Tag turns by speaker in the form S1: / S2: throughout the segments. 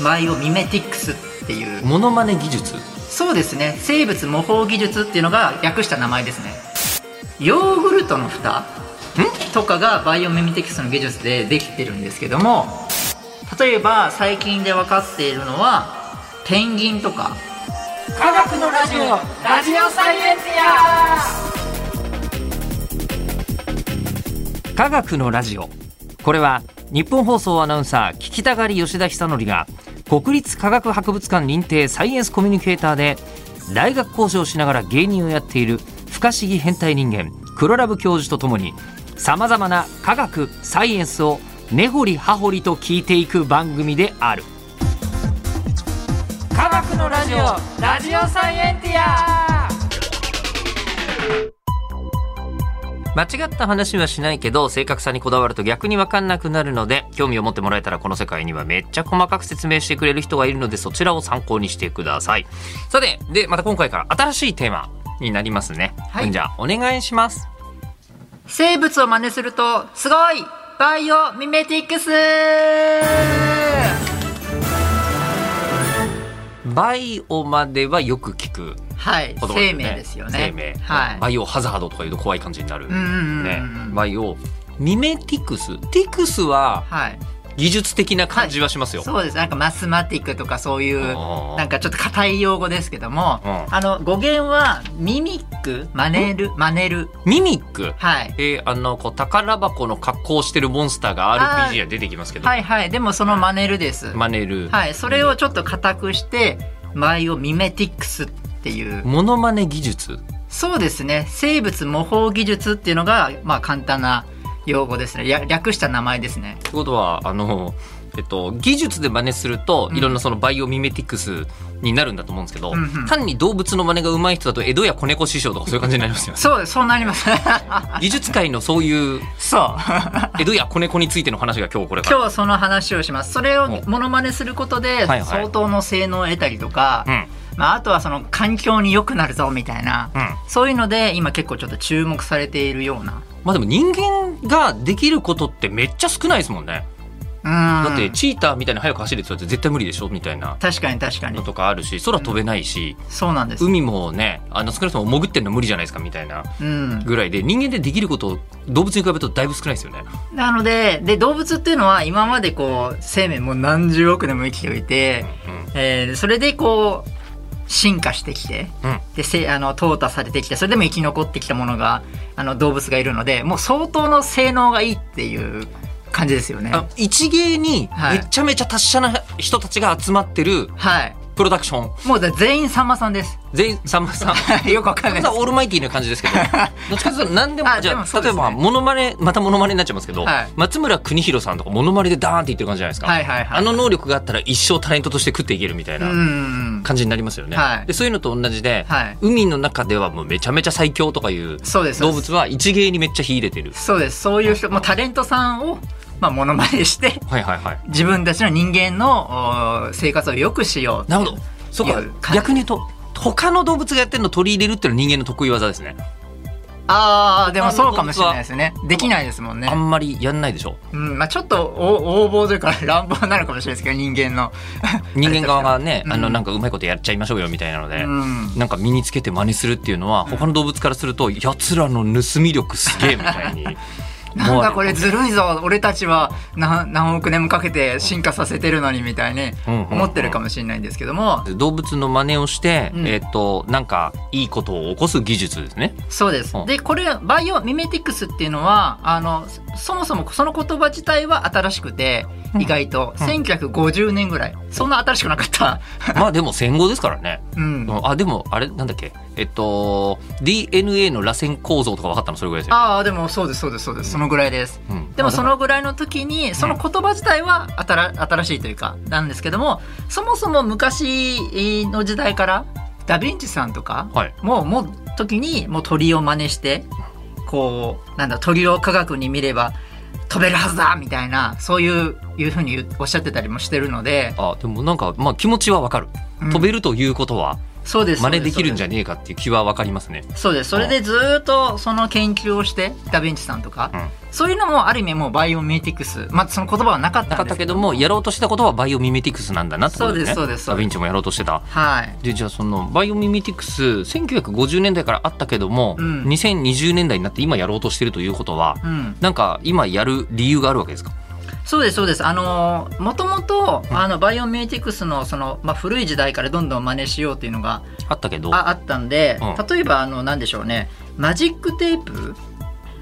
S1: マイオミメティックスっていう
S2: モノマネ技術
S1: そうですね生物模倣技術っていうのが訳した名前ですねヨーグルトの蓋とかがバイオミメティクスの技術でできてるんですけども例えば最近で分かっているのはペンギンとか
S3: 科学のラジオラジオサイエンティ
S2: 科学のラジオこれは日本放送アナウンサー聞きたがり吉田久典が国立科学博物館認定サイエンスコミュニケーターで大学講師をしながら芸人をやっている不可思議変態人間黒ラブ教授とともにさまざまな科学サイエンスを根掘り葉掘りと聞いていく番組である
S3: ア科学のラジオラジオサイエンティア
S2: 間違った話はしないけど正確さにこだわると逆に分かんなくなるので興味を持ってもらえたらこの世界にはめっちゃ細かく説明してくれる人がいるのでそちらを参考にしてくださいさてでまた今回から新しいテーマになりますね、
S1: はい
S2: うんじゃあお願いします
S1: 生物を真似するとすごいバイオミメティクス
S2: バイオまではよく聞く
S1: はい、
S2: 言葉だ
S1: 生
S2: よ
S1: 命ですよ
S2: 生
S1: ね
S2: 命、
S1: はい
S2: バイオハザードとか言うと怖い感じになる、
S1: うんうんうん
S2: ねバイオミメティクスティクスは
S1: はい
S2: 技術的な感じはしますよ、
S1: そうですなんかマスマティックとかそういう
S2: あー
S1: なんかちょっと硬い用語ですけども、
S2: うん
S1: あの語源はミミック真似る真似る
S2: ミミック
S1: はい
S2: えーあのこう宝箱の格好をしてるモンスターが RPG は出てきますけど、
S1: はいはいでもその真似るです、
S2: マネル、
S1: はいそれをちょっと硬くしてバイオミメティックスっていう
S2: モノマネ技術
S1: そうですね生物模倣技術っていうのがまあ簡単な用語ですねや略した名前ですね
S2: ってことはあの、えっと、技術で真似すると、
S1: うん
S2: いろんなそのバイオミメティクスになるんだと思うんですけど、
S1: うんうん
S2: 単に動物の真似が上手い人だと江戸や子猫師匠とかそういう感じになりますよ ね
S1: そうそうなります
S2: 技術界のそういう
S1: そう
S2: 江戸や子猫についての話が今日これから
S1: 今日その話をしますそれをモノマネすることで
S2: はいはい
S1: 相当の性能を得たりとか、 まあ、あとはその環境に良くなるぞみたいな、
S2: うんうん
S1: そういうので今結構ちょっと注目されているような
S2: まあでも人間ができることってめっちゃ少ないですもんね、
S1: うん
S2: だってチーターみたいに速く走れって言われて絶対無理でしょみたいな
S1: 確かに確かに
S2: のとかあるし空飛べないし、
S1: そうなんです、
S2: 海もねあの少なくとも潜ってるの無理じゃないですかみたいな
S1: うん、
S2: ぐらいで人間でできること動物に比べるとだいぶ少ないですよね。
S1: なのでで動物っていうのは今までこう生命もう何十億年も生きておいて、えーそれでこう進化してきて
S2: うん
S1: でせあの淘汰されてきてそれでも生き残ってきたものがあの動物がいるのでもう相当の性能がいいっていう感じですよね
S2: あの一芸に
S1: はい
S2: めちゃめちゃ達者な人たちが集まってる
S1: はい
S2: プロダクション
S1: もうだ全員さんまさんです
S2: 全員さんまさん。
S1: よくわかんないです
S2: オールマイティーな感じで すけどどっちかというと何でも
S1: あ
S2: じ
S1: で
S2: ゃ
S1: も
S2: あ
S1: そう
S2: 例
S1: で
S2: え
S1: すね
S2: ばモノマネまたモノマネになっちゃいますけど、
S1: はい
S2: 松村邦洋さんとかモノマネでダーンって言ってる感じじゃないですか、
S1: はいはいはい
S2: あの能力があったら一生タレントとして食っていけるみたいな
S1: うん
S2: 感じになりますよね、
S1: はい
S2: でそういうのと同じで、
S1: はい
S2: 海の中ではもうめちゃめちゃ最強とかいう
S1: そうですそう
S2: 動
S1: です
S2: 物は一芸にめっちゃ秀でてる
S1: そうですそういう人もうタレントさんをまあモノマネして
S2: はいはいはい
S1: 自分たちの人間のお生活を良くしよう
S2: なるほどそこ
S1: いやか
S2: 逆に言うと他の動物がやってるのを取り入れるっていうのは人間の得意技ですね
S1: ああでもそうかもしれないですねできないですもん
S2: あ
S1: ね、
S2: んまりやんないでしょ
S1: うんまあ、ちょっとお横暴というか乱暴なのかもしれないですけど人間 の
S2: 人間側がね、
S1: うん
S2: あのなんかうまいことやっちゃいましょうよみたいなので、
S1: うん
S2: なんか身につけて真似するっていうのは他の動物からするとやつらの盗み力すげえみたいに
S1: なんだこれ
S2: 思わ
S1: ずるいぞ俺たちは何何億年もかけて進化させてるのにみたいに
S2: うんうんうん
S1: 思ってるかもしれないんですけども
S2: れる動物の真似をして、
S1: うん
S2: えっ、となんかいいことを起こす技術ですね
S1: そうです
S2: うん
S1: でこれバイオミメティクスっていうのはあのそもそもその言葉自体は新しくて
S2: うん
S1: 意外と
S2: うん
S1: 1950年ぐらいそんな新しくなかった、
S2: まあでも戦後ですからね
S1: うん、
S2: あでもあれなんだっけえっと DNA の螺旋構造とか分かったのそれぐらいですよ、
S1: ああでもそうですそうですそうですそのぐらいです
S2: うん
S1: でもそ
S2: まあ
S1: のぐらいの時にその言葉自体は新新しいというかなんですけどもそもそも昔の時代からダ・ヴィンチさんとか
S2: はい
S1: もうもう時にもう鳥を真似してこうなんだ鳥を科学に見れば飛べるはずだみたいなそういういうふうに言うおっしゃってたりもしてるので
S2: あでもなんかまあ気持ちはわかる、
S1: うん
S2: 飛べるということは
S1: そうです
S2: 真似できるんじ
S1: ゃ
S2: ゃねえかっていう気は分かりますね。
S1: そうですそれでずーっとその研究をしてダ・ヴィンチさんとか、
S2: うん
S1: そういうのもある意味もうバイオミメティクスまあその言葉はなかっ
S2: な
S1: た
S2: か
S1: ん
S2: っ
S1: です
S2: た
S1: け
S2: け
S1: ど
S2: どもやろうとしたことはバイオミメティクスなんだなってことですね。
S1: そうですそうです
S2: ダヴィンチもやろうとしてた。
S1: はい
S2: でじゃあそのバイオミメティクス1950年代からあったけども、
S1: うん
S2: 2020年代になって今やろうとしてるということは、
S1: うん
S2: なんか今やる理由があるわけですか
S1: そうですそうですあのもともとあのバイオミメティクスのその、まあ、古い時代からどんどん真似しようっていうのが
S2: あったけど
S1: ああったんで、
S2: うん
S1: 例えばあのなんでしょうねマジックテープ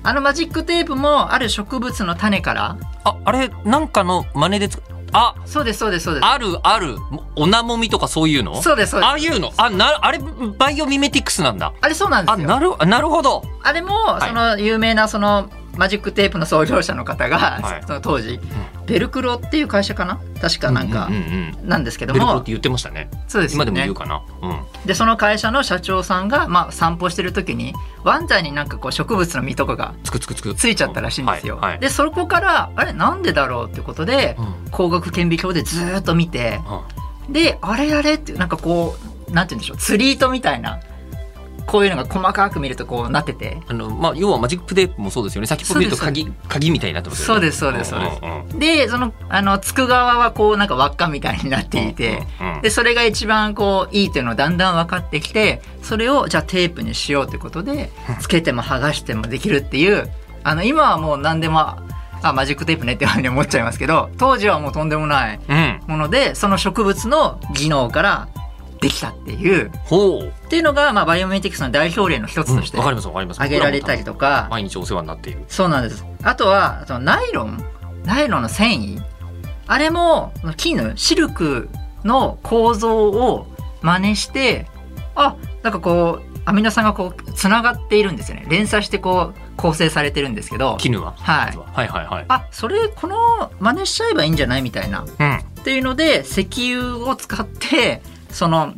S1: あのマジックテープもある植物の種から
S2: ああれなんかの真似でつあ
S1: そうですそうですそうです
S2: あるあるおなもみとかそういうの
S1: そうですそうです
S2: ああいうのあなあれバイオミメティクスなんだ
S1: あれそうなんで
S2: あ
S1: すよあ
S2: なるなるほど
S1: れも、
S2: い
S1: その有名なそのマジックテープの創業者の方が、
S2: はい
S1: その当時、ベルクロっていう会社かな確かなんか、
S2: うんうんうん
S1: なんですけ
S2: ベ
S1: ど
S2: ルクロ
S1: も
S2: って言ってましたね
S1: そうですよ
S2: 今
S1: ね
S2: でも言うかな、うん
S1: でその会社の社長さんが、まあ、散歩してる時にワンちゃんになんかこう植物の実とかが
S2: つくつくつく
S1: ついちゃったらしいんですよ、
S2: はいはい
S1: でそこからあれなんでだろうってことで、
S2: うん
S1: 光学顕微鏡でずーっと見て
S2: うん
S1: であれあれってなんかこうなんて言うんでしょう釣り糸みたいなこういうのが細かく見るとこうなってて
S2: あのまあ、要はマジックテープもそうですよね先っぽ見ると
S1: そうです
S2: 鍵鍵みたいになってますよね
S1: そうですそうですそうです
S2: んうんうん
S1: でそのあのつく側はこうなんか輪っかみたいになっていて、
S2: うんうん
S1: でそれが一番こういいっていうのをだんだん分かってきてそれをじゃあテープにしようということでつけても剥がしてもできるっていうあの今はもう何でもあマジックテープねっていうふうに思っちゃいますけど当時はもうとんでもない
S2: うん
S1: ものでその植物の技能からできたっていう
S2: ほう
S1: っていうのが、まあ、バイオメティクスの代表例の一つ
S2: うん
S1: と
S2: わ
S1: して
S2: かりますわかります
S1: 挙げられたり
S2: 僕
S1: と
S2: ら
S1: か
S2: も多分毎日お世話になっている
S1: そうなんですあとはそのナイロンナイロンの繊維あれも絹シルクの構造を真似してあなんかこうアミノ酸がこうつながっているんですよね連鎖してこう構成されてるんですけど
S2: 絹は、
S1: はい
S2: はいはいはい
S1: あそれこの真似しちゃえばいいんじゃないみたいな
S2: うん
S1: っていうので石油を使ってその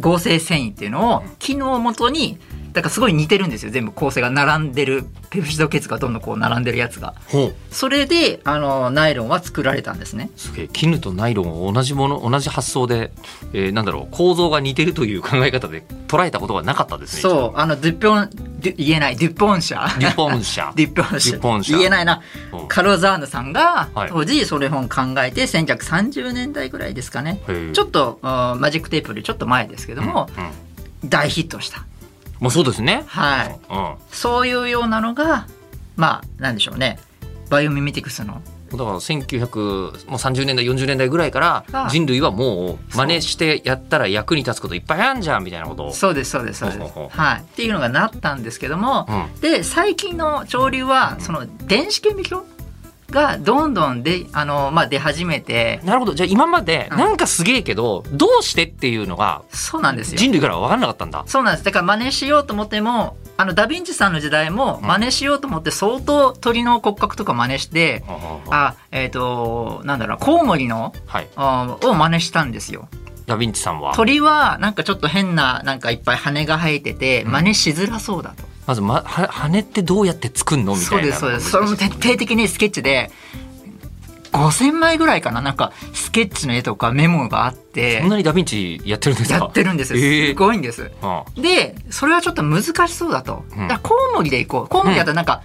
S1: 合成繊維っていうのを機能をもとにだからすごい似てるんですよ全部構成が並んでるペプチド結がどんどんこう並んでるやつが
S2: ほう
S1: それであのナイロンは作られたんですね
S2: すげえ絹とナイロンを同じもの同じ発想で、えー、なんだろう構造が似てるという考え方で捉えたことがなかったですね
S1: そうあのデュポンデュ言えないデュポン社
S2: 日本社
S1: デュポン社
S2: デュポン社
S1: 言えないな
S2: うん
S1: カロザーヌさんが
S2: はい
S1: 当時それ本考えて1930年代ぐらいですかね
S2: へえ
S1: ちょっとあーマジックテープよりちょっと前ですけども
S2: うんうん
S1: 大ヒットした
S2: まあそうですね
S1: はい
S2: うん
S1: そういうようなのがまあなんでしょうねバイオミメティクスの
S2: だから1930年代40年代ぐらいか
S1: が
S2: ら人類はもう真似してやったら役に立つこといっぱいあんじゃんみたいなことを
S1: そうですそうですそう
S2: ほ
S1: で
S2: う
S1: す
S2: ほうほう
S1: はいっていうのがなったんですけども
S2: う、ん
S1: で最近の潮流はその電子顕微鏡がどんどんであの、まあ、出始めて
S2: なるほどじゃあ今まで
S1: うん
S2: なんかすげえけどどうしてっていうのが
S1: そうなんですよ
S2: 人類からは分かんなかったんだ
S1: そうなんですだから真似しようと思ってもあのダ・ヴィンチさんの時代も
S2: うん
S1: 真似しようと思って相当鳥の骨格とか真似して、
S2: は
S1: あえっ、となんだろうコウモリの
S2: い
S1: あを真似したんですよ
S2: ダヴィンチさんは
S1: 鳥はなんかちょっと変ななんかいっぱい羽が生えてて真似しづらそうだと、
S2: まず、ま、は羽ってどうやって作んのみ
S1: そ
S2: た
S1: う
S2: い
S1: で
S2: な
S1: すそうですそれも徹底的にスケッチで5,000枚ぐらいかななんかスケッチの絵とかメモがあって
S2: そんなにダヴィンチやってるんですか
S1: やってるんですよ
S2: ええ
S1: すごいんです、
S2: うん
S1: でそれはちょっと難しそうだと、
S2: ん
S1: だからコウモリでいこうコウモリだったらなんか、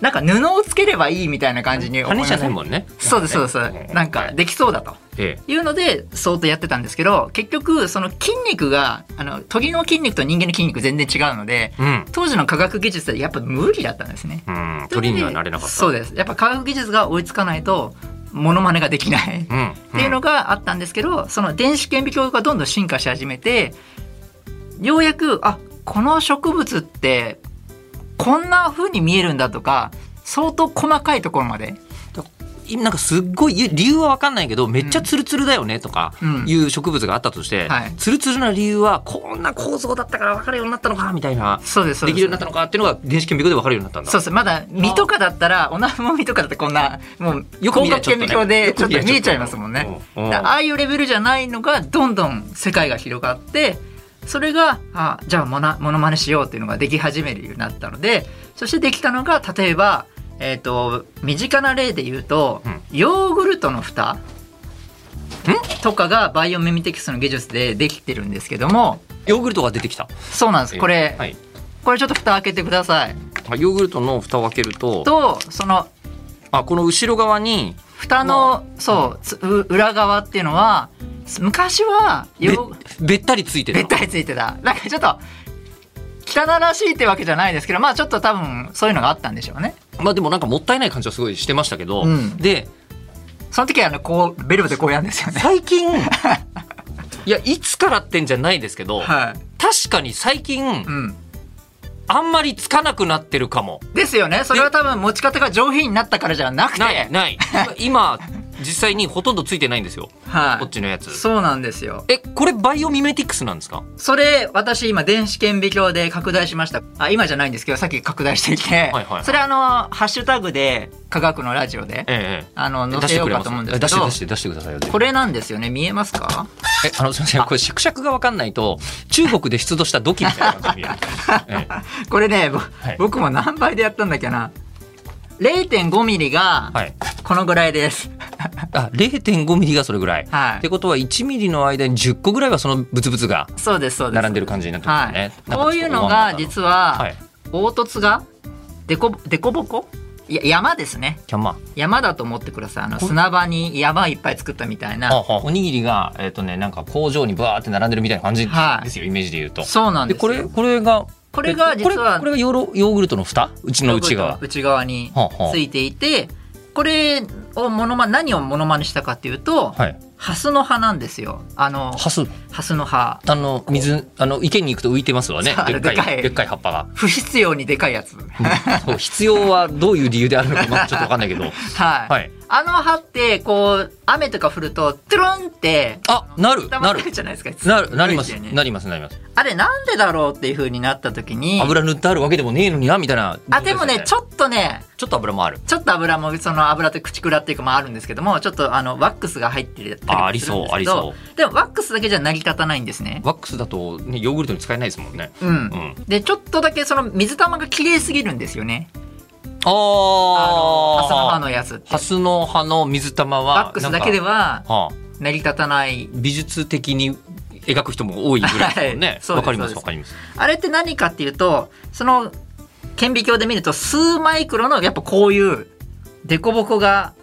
S1: なんか布をつければいいみたいな感じに思い
S2: 羽
S1: ま
S2: じ
S1: せ
S2: ゃ
S1: ん
S2: ないもんね
S1: そうですそうです、
S2: うん
S1: なんかできそうだと
S2: え
S1: いうので相当やってたんですけど結局その筋肉があの鳥の筋肉と人間の筋肉全然違うので
S2: えうん
S1: 当時の科学技術でやっぱ無理だったんですね
S2: うん鳥にはなれなかった
S1: そうですやっぱ科学技術が追いつかないとモノマネができない、っ
S2: うんって
S1: いうのがあったんですけどその電子顕微鏡がどんどん進化し始めてようやくあこの植物ってこんな風に見えるんだとか相当細かいところまで
S2: なんかすっごい理由は分かんないけどめっちゃツルツルだよねとか
S1: うん
S2: いう植物があったとして、
S1: はい
S2: ツルツルな理由はこんな構造だったから分かるようになったのかみたいな
S1: そうですそうです
S2: できるようになったのかっていうのが電子顕微鏡で分かるようになったんだ
S1: そうそうまだ身とかだったらおなもみとかだってこんなもう
S2: よく見
S1: 広
S2: りゃ
S1: 角
S2: ち
S1: 顕
S2: ょっと
S1: 微
S2: ね
S1: 鏡でちょっと
S2: よく見り
S1: 見え
S2: ゃちょっと
S1: ちゃいますもんね
S2: うんうん
S1: だからああいうレベルじゃないのがどんどん世界が広がってそれがあじゃあモナモノマネしようっていうのができ始めるようになったのでそしてできたのが例えば、えー、と身近な例で言うと、
S2: うん
S1: ヨーグルトの蓋とかがバイオミメティクスの技術でできてるんですけども
S2: ヨーグルトが出てきた
S1: そうなんですこれ、
S2: はい、
S1: これちょっと蓋開けてください
S2: あヨーグルトの蓋を開けると
S1: とその
S2: あこの後ろ側に
S1: 蓋の、そうつう裏側っていうのは昔は
S2: べ
S1: よ
S2: べったりついて
S1: べ
S2: る
S1: ったりついてたなんかちょっと汚らしいってわけじゃないですけどまあちょっと多分そういうのがあったんでしょうね
S2: まあでもなんかもったいない感じはすごいしてましたけど、
S1: うん
S2: で
S1: その時はあのこうベルブでこうやるんですよね
S2: 最近いやいつからってんじゃないですけど、
S1: は
S2: 確かに最近
S1: い、うん、
S2: あんまりつかなくなってるかも
S1: ですよねそれは多分持ち方が上品になったからじゃなくて
S2: ないない今実際にほとんどついてないんですよ
S1: はい、
S2: こっちのやつ
S1: そうなんですよ
S2: えこれバイオミメティクスなんですか
S1: それ私今電子顕微鏡で拡大しましたあ今じゃないんですけどさっき拡大していて、
S2: はいはい
S1: それあのハッシュタグで科学のラジオで
S2: え
S1: あの
S2: え
S1: 載せようかと思うんですけど
S2: 出して出して出してくださいよ
S1: これなんですよね見えますか
S2: えあのすみませんこれ縮尺が分かんないと中国で出土した土器みたいな 感じに見えるええ
S1: これね、ぼ
S2: い
S1: 僕も何倍でやったんだっけな0.5ミリが
S2: はい
S1: このぐらいです、
S2: あ0.5ミリがそれぐらい、
S1: はい
S2: ってことは1ミリの間に10個ぐらいはそのブツブツが
S1: そうですそうです
S2: 並んでる感じになってます
S1: はい、
S2: よね、なんか
S1: こういうのが
S2: ちょっと
S1: 実は、
S2: はい
S1: 凹凸がでこでこぼこいや山ですね
S2: キャンマー
S1: 山だと思ってくださいあの砂場に山いっぱい作ったみたいな
S2: ああおにぎりがえっ、とねなんか工場にバーって並んでるみたいな感じ
S1: はい
S2: ですよ、イメージで言うと
S1: そうなん
S2: で
S1: です
S2: こ
S1: よ
S2: れこれが
S1: これが実は
S2: これこれがヨーロヨーグルトの蓋うちの内側
S1: 内側に
S2: はあはあ
S1: ついていてこれをモノマ何をモノマネしたかっていうと、
S2: はい
S1: ハスの葉なんですよあの
S2: ハス
S1: ハスの葉
S2: あの水あの池に行くと浮いてますわね
S1: そうあ
S2: で
S1: れ
S2: っかい
S1: でかい
S2: でっかい葉っぱが
S1: 不必要にでかいやつ
S2: そう必要はどういう理由であるのかまだちょっとわかんないけど
S1: はい、
S2: はい
S1: あの葉ってこう雨とか降るとトゥルンって
S2: あな
S1: 溜
S2: るな
S1: ま
S2: る
S1: ってるじゃないですか
S2: なるなります
S1: よね
S2: なりますなります
S1: あれなんでだろうっていう風になった時に
S2: 油塗ってあるわけでもねえのになみたいな
S1: あでもねち
S2: ょ
S1: ょっとね
S2: ちょっと油もある
S1: ちょっと油もその油と口くらっていうかまああるんですけどもちょっとあのワックスが入ってたりと
S2: あ
S1: か
S2: あり
S1: するんで
S2: そう
S1: す
S2: あ
S1: け
S2: り
S1: ど
S2: そ
S1: でもワックスだけじゃ成り立たないんですね
S2: うワックスだとねヨーグルトに使えないですもんね
S1: うん、
S2: うん
S1: でちょっとだけその水玉が綺麗すぎるんですよね
S2: あ
S1: あのハスの葉
S2: あ
S1: のやつって
S2: ハスの葉の水玉は
S1: ワックスだけで
S2: は、
S1: は
S2: はあ、
S1: 成り立たない
S2: 美術的に描く人も多いぐらいですもんね
S1: はいそう
S2: わ、
S1: です
S2: かりま
S1: そ
S2: す
S1: うです
S2: わかります
S1: あれって何かっていうとその顕微鏡で見ると数マイクロのやっぱこういう凸凹が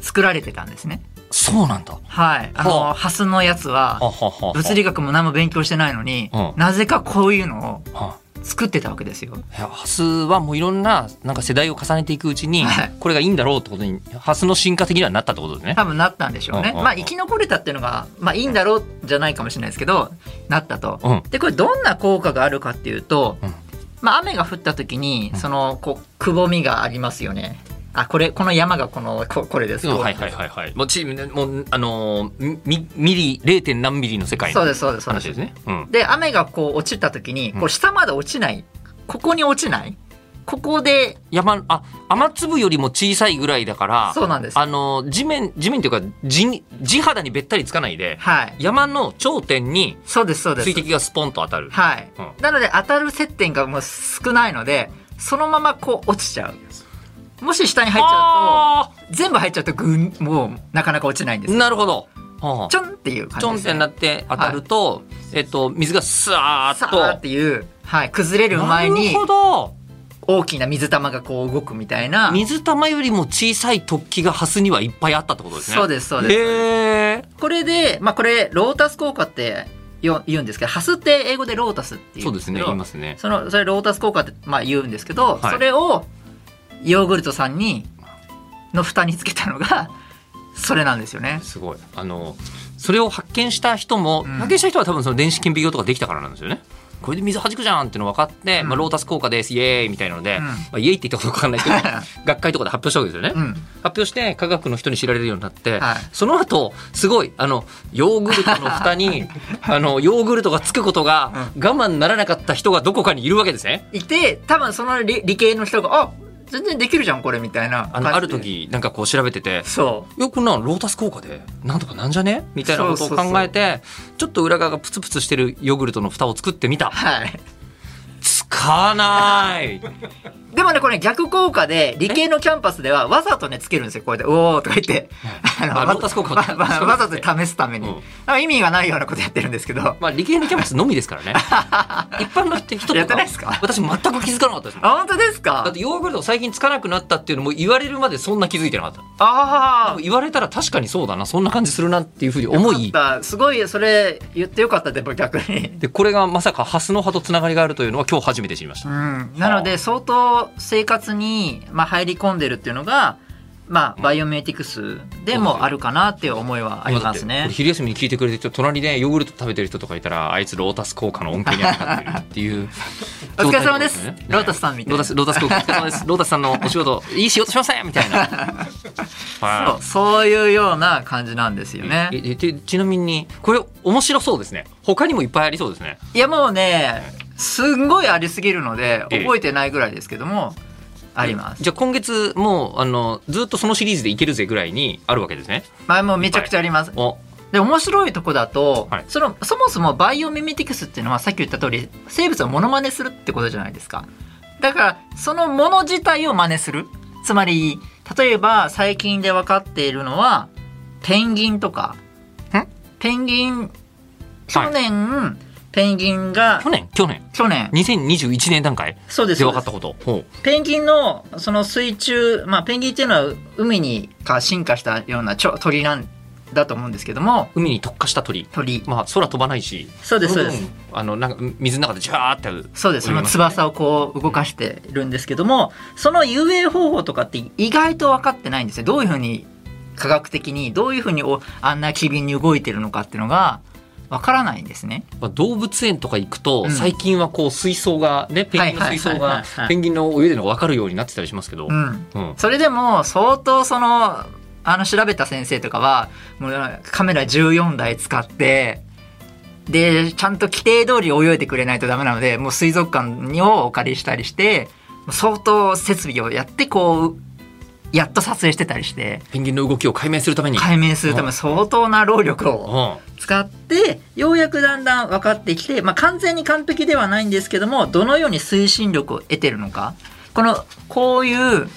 S1: 作られてたんですね
S2: そうなんだは
S1: はいあ
S2: はあ
S1: のハスのやつは
S2: ははは
S1: 物理学も何も勉強してないのに
S2: うん
S1: なぜかこういうのを
S2: は
S1: 作ってたわけですよ
S2: いやハスはもういろんななんか世代を重ねていくうちに、
S1: はい
S2: これがいいんだろうってことにハスの進化的にはなったってことですね
S1: 多分なったんでしょう
S2: う
S1: ね
S2: んうんうん
S1: まあ生き残れたっていうのがまあいいんだろうじゃないかもしれないですけどなったと
S2: うん
S1: でこれどんな効果があるかっていうと
S2: うん、
S1: まあ、雨が降った時にそのこうくぼみがありますよねあこれこの山がこのここれです
S2: うん
S1: こう
S2: はいはいはいはいもうチームねもうあのーみミリ 0. 点何ミリの世界
S1: そう
S2: の
S1: ですそうですそうで
S2: 話
S1: す
S2: ですねうん
S1: で雨がこう落ちた時にこう下まで落ちないここに落ちないここで
S2: 山あ雨粒よりも小さいぐらいだから
S1: そうなんです
S2: あのー地面地面というか地に地肌にべったりつかないで
S1: はい
S2: 山の頂点に
S1: そうですそうです
S2: 水滴がスポンと当たる
S1: はい、
S2: うん
S1: なので当たる接点がもう少ないのでそのままこう落ちちゃうもし下に入っちゃ
S2: あ
S1: うと全部入っちゃうとぐんもうなかなか落ちないんです
S2: ーなるほど。はあ
S1: ちょんっていう感
S2: ち
S1: じ
S2: ょん
S1: で
S2: っ
S1: す、
S2: て
S1: ね、
S2: なって当たると、えっと、水がスワー
S1: さ
S2: ッ
S1: あっ
S2: と。
S1: ていう、はい、崩れる前
S2: な
S1: に
S2: るほど
S1: 大きな水玉がこう動くみたいな
S2: 水玉よりも小さい突起がハスにはいっぱいあったってことですね。
S1: そうですそうです
S2: へー
S1: これで、まあ、これロータス効果ってよ言うんですけどハスって英語でロータスってい
S2: そううんで
S1: です
S2: す
S1: け
S2: ね、
S1: ど
S2: 言いますね。
S1: そのそれロータス効果って、まあ、言うんですけど、
S2: はい
S1: それをヨーグルトさんにの蓋につけたのがそれなんですよね。
S2: すごい。あの、それを発見した人も、
S1: うん
S2: 発見した人は多分その電子顕微鏡とかできたからなんですよね。これで水弾くじゃんっていうの分かって、
S1: うん
S2: まあ、ロータス効果です、イエーイみたいなので、
S1: うん
S2: まあ、イエーイって言ったことか 分かんないけど、学会とかで発表したわけですよね。
S1: うん、
S2: 発表して科学の人に知られるようになって、
S1: はい
S2: その後すごいあのヨーグルトの蓋 にあのヨーグルトがつくことが我慢ならなかった人がどこかにいるわけですね。
S1: いて多分その理理系の人が「あ全然できるじゃんこれ」みたいな感じ
S2: あの
S1: で
S2: ある時なんかこう調べてて
S1: そう
S2: よくなロータス効果でなんとかなんじゃねみたいなことを
S1: そうそうそう
S2: 考えてちょっと裏側がプツプツしてるヨーグルトの蓋を作ってみた
S1: はい
S2: つかない
S1: でもね、これ逆効果で、理系のキャンパスではわざとね、つけるんですよ。こうやって、うおーとか言って。あ
S2: あロータス効果
S1: わ
S2: って
S1: わわわざと試すために。
S2: うん
S1: だから意味がないようなことやってるんですけど。
S2: まあ理系のキャンパスのみですか らね一般の人とか
S1: やってないですか
S2: 私全く気づかなかったですもん
S1: あ、本当ですか
S2: だってヨーグルト最近つかなくなったっていうのも言われるまでそんな気づいてなかった
S1: ああ。
S2: 言われたら確かにそうだなそんな感じするなっていうふうに思い
S1: よかったすごい、それ言ってよかったでも逆に。
S2: でこれがまさかハスの葉とつながりがあるというのは今日初めて知りまし
S1: う
S2: た、
S1: ん。なので、相当生活に、まあ、入り込んでるっていうのが、まあ、バイオメーティクスでもあるかなっていう思いはあります
S2: 今だってこ
S1: ね
S2: れ。昼休みに聞いてくれてちょっと隣でヨーグルト食べてる人とかいたらあいつロータス効果の恩恵にあがってるなっていう
S1: お疲れ様です
S2: 状態
S1: ロータスさんみたいな
S2: ロータスロータス効果お疲れ様ですロータスさんのお仕事いい仕事しましたよみ たいな
S1: そ
S2: は
S1: うそういうような感じなんですよ
S2: い
S1: ね。
S2: ええでちなみにこれ面白そうですね他にもいっぱいありそうですね
S1: いやもうねすんごいありすぎるので
S2: ええ
S1: 覚えてないぐらいですけども、あります
S2: じゃあ今月もうあのずっとそのシリーズでいけるぜぐらいにあるわけですね
S1: 前もうめちゃくちゃあります
S2: お
S1: で面白いとこだと、
S2: はい
S1: そのそもそもバイオミメティクスっていうのはさっき言った通り生物をモノマネするってことじゃないですかだからそのもの自体を真似するつまり例えば最近で分かっているのはペンギンとかペンギン去年、ペンギンが
S2: 去年去年
S1: 去年
S2: 2021年段階
S1: そうです
S2: で
S1: そう
S2: 分
S1: で
S2: かっ
S1: す
S2: たことほう
S1: ペンギンのその水中、まあ、ペンギンっていうのは海にか進化したようなちょ鳥なんだと思うんですけども
S2: 海に特化した鳥
S1: 鳥
S2: まあ空飛ばないし
S1: そうです
S2: の分
S1: そうです
S2: あのなんか水の中でジャーって
S1: そうですその翼をこう動かしてるんですけどもその遊泳方法とかって意外と分かってないんですよどういうふうに科学的にどういうふうにおあんな機敏に動いてるのかっていうのが分からないんですね。
S2: まあ、動物園とか行くと、
S1: うん
S2: 最近はこう水槽がねペンギンの水槽
S1: はいはいは
S2: が
S1: いはいはい
S2: ペンギンの泳いでるのが分かるようになってたりしますけど、う
S1: うんん、それでも相当そのあの調べた先生とかはもうカメラ14台使ってでちゃんと規定通り泳いでくれないとダメなのでもう水族館にをお借りしたりして相当設備をやってこうやっと撮影してたりして
S2: ペンギンの動きを解明するために、
S1: 解明するため相当な労力
S2: う
S1: を
S2: ん
S1: 使ってようやくだんだん分かってきて、まあ、完全に完璧ではないんですけどもどのように推進力を得てるのかこのこういう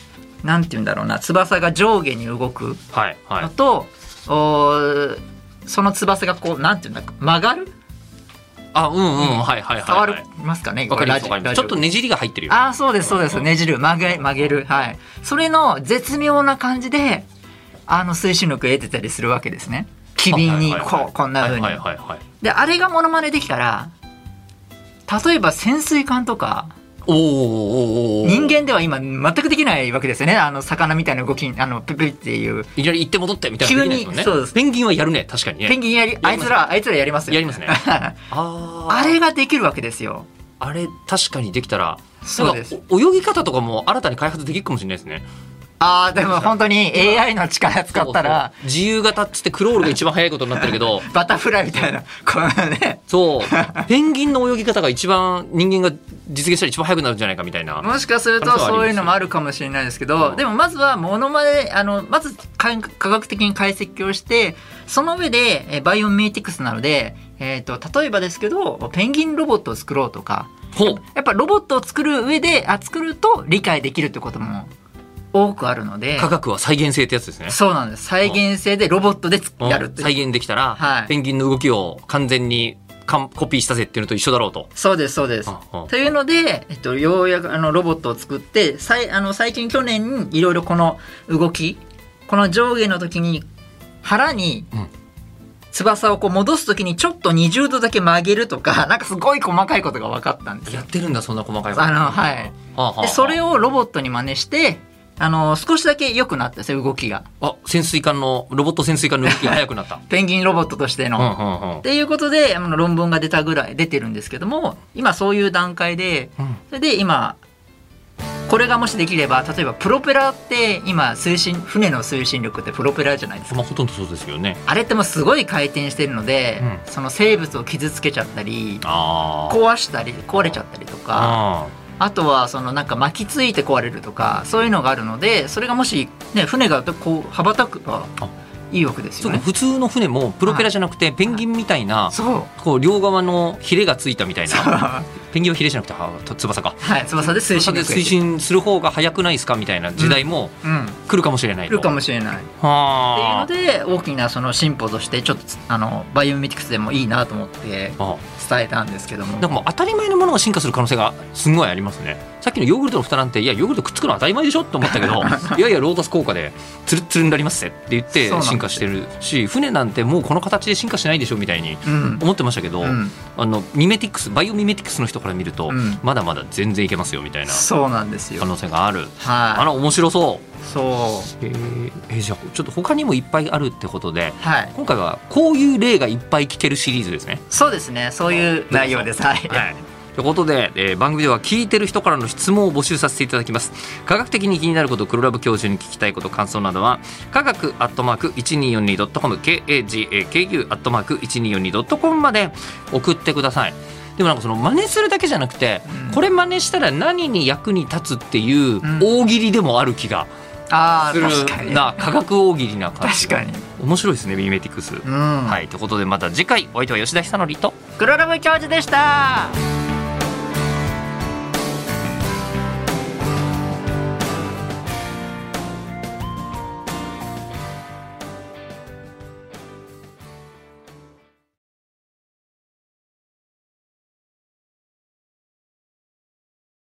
S1: なんて言うんだろうな翼が上下に動く
S2: はいは
S1: の
S2: い
S1: と、おーその翼がこうなんて言うんだ曲がる
S2: あうんうんはいはいはい、はい、
S1: 伝わりますかね、
S2: わかります
S1: こ
S2: わ
S1: れ
S2: か
S1: ラジオ
S2: りますちょっとねじりが入ってるよ
S1: ああそうですそうです
S2: うん
S1: ねじる曲げ曲げるはいそれの絶妙な感じであの推進力を得てたりするわけですね機敏に
S2: はいはいはい
S1: こうこんな風に
S2: はいはいはいはい
S1: であれがモノマネできたら例えば潜水艦とか
S2: おーおーおーおー
S1: 人間では今全くできないわけですよねあの魚みたいな動きあのピピっていう
S2: いきなり行って戻ってみたいなのできないもんね
S1: 急にそうです
S2: ペンギンはやるね確かにね
S1: ペンギンやりあいつらあいつらやりますよ
S2: やりますねあ ー
S1: あれができるわけですよ
S2: あれ確かにできたら
S1: そうです
S2: なんかお泳ぎ方とかも新たに開発できるかもしれないですね
S1: ああでも本当に AI の力使ったら
S2: そうそう自由形っつってクロールが一番早いことになってる けど
S1: バタフライみたいなこのね
S2: そうペンギンの泳ぎ方が一番人間が実現したら一番早くなるんじゃないかみたいな
S1: もしかするとそういうのもあるかもしれないですけ
S2: う
S1: ど
S2: ん
S1: でもまずはモノマネあのまず科科学的に解析をしてその上でえバイオメーティクスなので、えー、と例えばですけどペンギンロボットを作ろうとか
S2: ほう
S1: やっぱロボットを作る上であ作ると理解できるってことも多くあるので
S2: 科学は再現性ってやつですね
S1: そうなんです再現性でロボットでつ
S2: うん
S1: やるっていう
S2: 再現できたら、
S1: はい
S2: ペンギンの動きを完全にカンコピーしたぜっていうのと一緒だろうと
S1: そうですそうです
S2: うんうん
S1: というので、えっと、ようやくあのロボットを作ってさいあの最近去年いろいろこの動きこの上下の時に腹に
S2: うん
S1: 翼をこう戻す時にちょっと20度だけ曲げるとか なんかすごい細かいことが分かったんです
S2: や
S1: よ。
S2: ってるんだそんな細かいこと
S1: あのはい、
S2: はあはあはあ
S1: でそれをロボットに真似してあの少しだけ良くなったんですよ動きが。
S2: あ潜水艦のロボット潜水艦の動きが速くなった
S1: ペンギンロボットとしての。
S2: うんうんうん
S1: って いうことであの論文が出たぐらい出てるんですけども今そういう段階で
S2: うん
S1: それで今これがもしできれば例えばプロペラって今推進船の推進力ってプロペラじゃないですか
S2: まあ、ほとんどそうですよね。
S1: あれってもうすごい回転してるので、
S2: う
S1: その生物を傷つけちゃったり
S2: ああ。
S1: 壊したり壊れちゃったりとか
S2: あ
S1: あとはそのなんか巻きついて壊れるとかそういうのがあるのでそれがもし、ね、船がこう羽ばたくと
S2: あ
S1: いいわけです
S2: そ
S1: よ
S2: う
S1: ね
S2: か普通の船もプロペラじゃなくてペンギンみたいな
S1: そう
S2: こう両側のヒレがついたみたい な
S1: は
S2: ペンギンはヒレじゃなくてあと翼か
S1: い翼で推進
S2: 翼で
S1: 力
S2: 推進する方が早くないですかみたいな時代も
S1: うん
S2: 来るかもしれない
S1: い
S2: と
S1: るかもしれない
S2: はあ
S1: っていうので大きなその進歩としてちょっとあのバイオミメティクスでもいいなと思って
S2: あ
S1: 伝えたんですけども
S2: なんかもう当たり前のものが進化する可能性がすごいありますねさっきのヨーグルトの蓋なんていやヨーグルトくっつくのは当たり前でしょと思っ たけどいやいやロータス効果でツルッツルになりますぜって言って
S1: そうなんですよ
S2: 進化してるし船なんてもうこの形で進化しないでしょみたいに
S1: うん
S2: 思ってましたけど、
S1: うん
S2: あのミメティクスバイオミメティクスの人から見ると、
S1: うん
S2: まだまだ全然いけますよみたいな
S1: そうなんですよ
S2: 可能性があるあ
S1: は
S2: ら面白そう
S1: いそ
S2: えーえーじゃあちょっと他にもいっぱいあるってことで
S1: うはい
S2: 今回はこういう例がいっぱい聞けるシリーズですね
S1: そうですねそういう内容ですはい
S2: はい。ということで、えー番組では聞いてる人からの質問を募集させていただきます科学的に気になること黒ラブ教授に聞きたいこと感想などは科学アットマーク 1242.com KAGAKU アットマーク 1242.com まで送ってくださいでもなんかその真似するだけじゃなくて、
S1: うん
S2: これ真似したら何に役に立つっていう
S1: うん
S2: 大喜利でもある気が
S1: ああ
S2: する
S1: 確かに
S2: な、科学大喜利な感じ
S1: 確かに
S2: 面白いですねミメティクス、
S1: うん
S2: はいということでまた次回お相手は吉田久典と
S1: 黒ラブ教授でした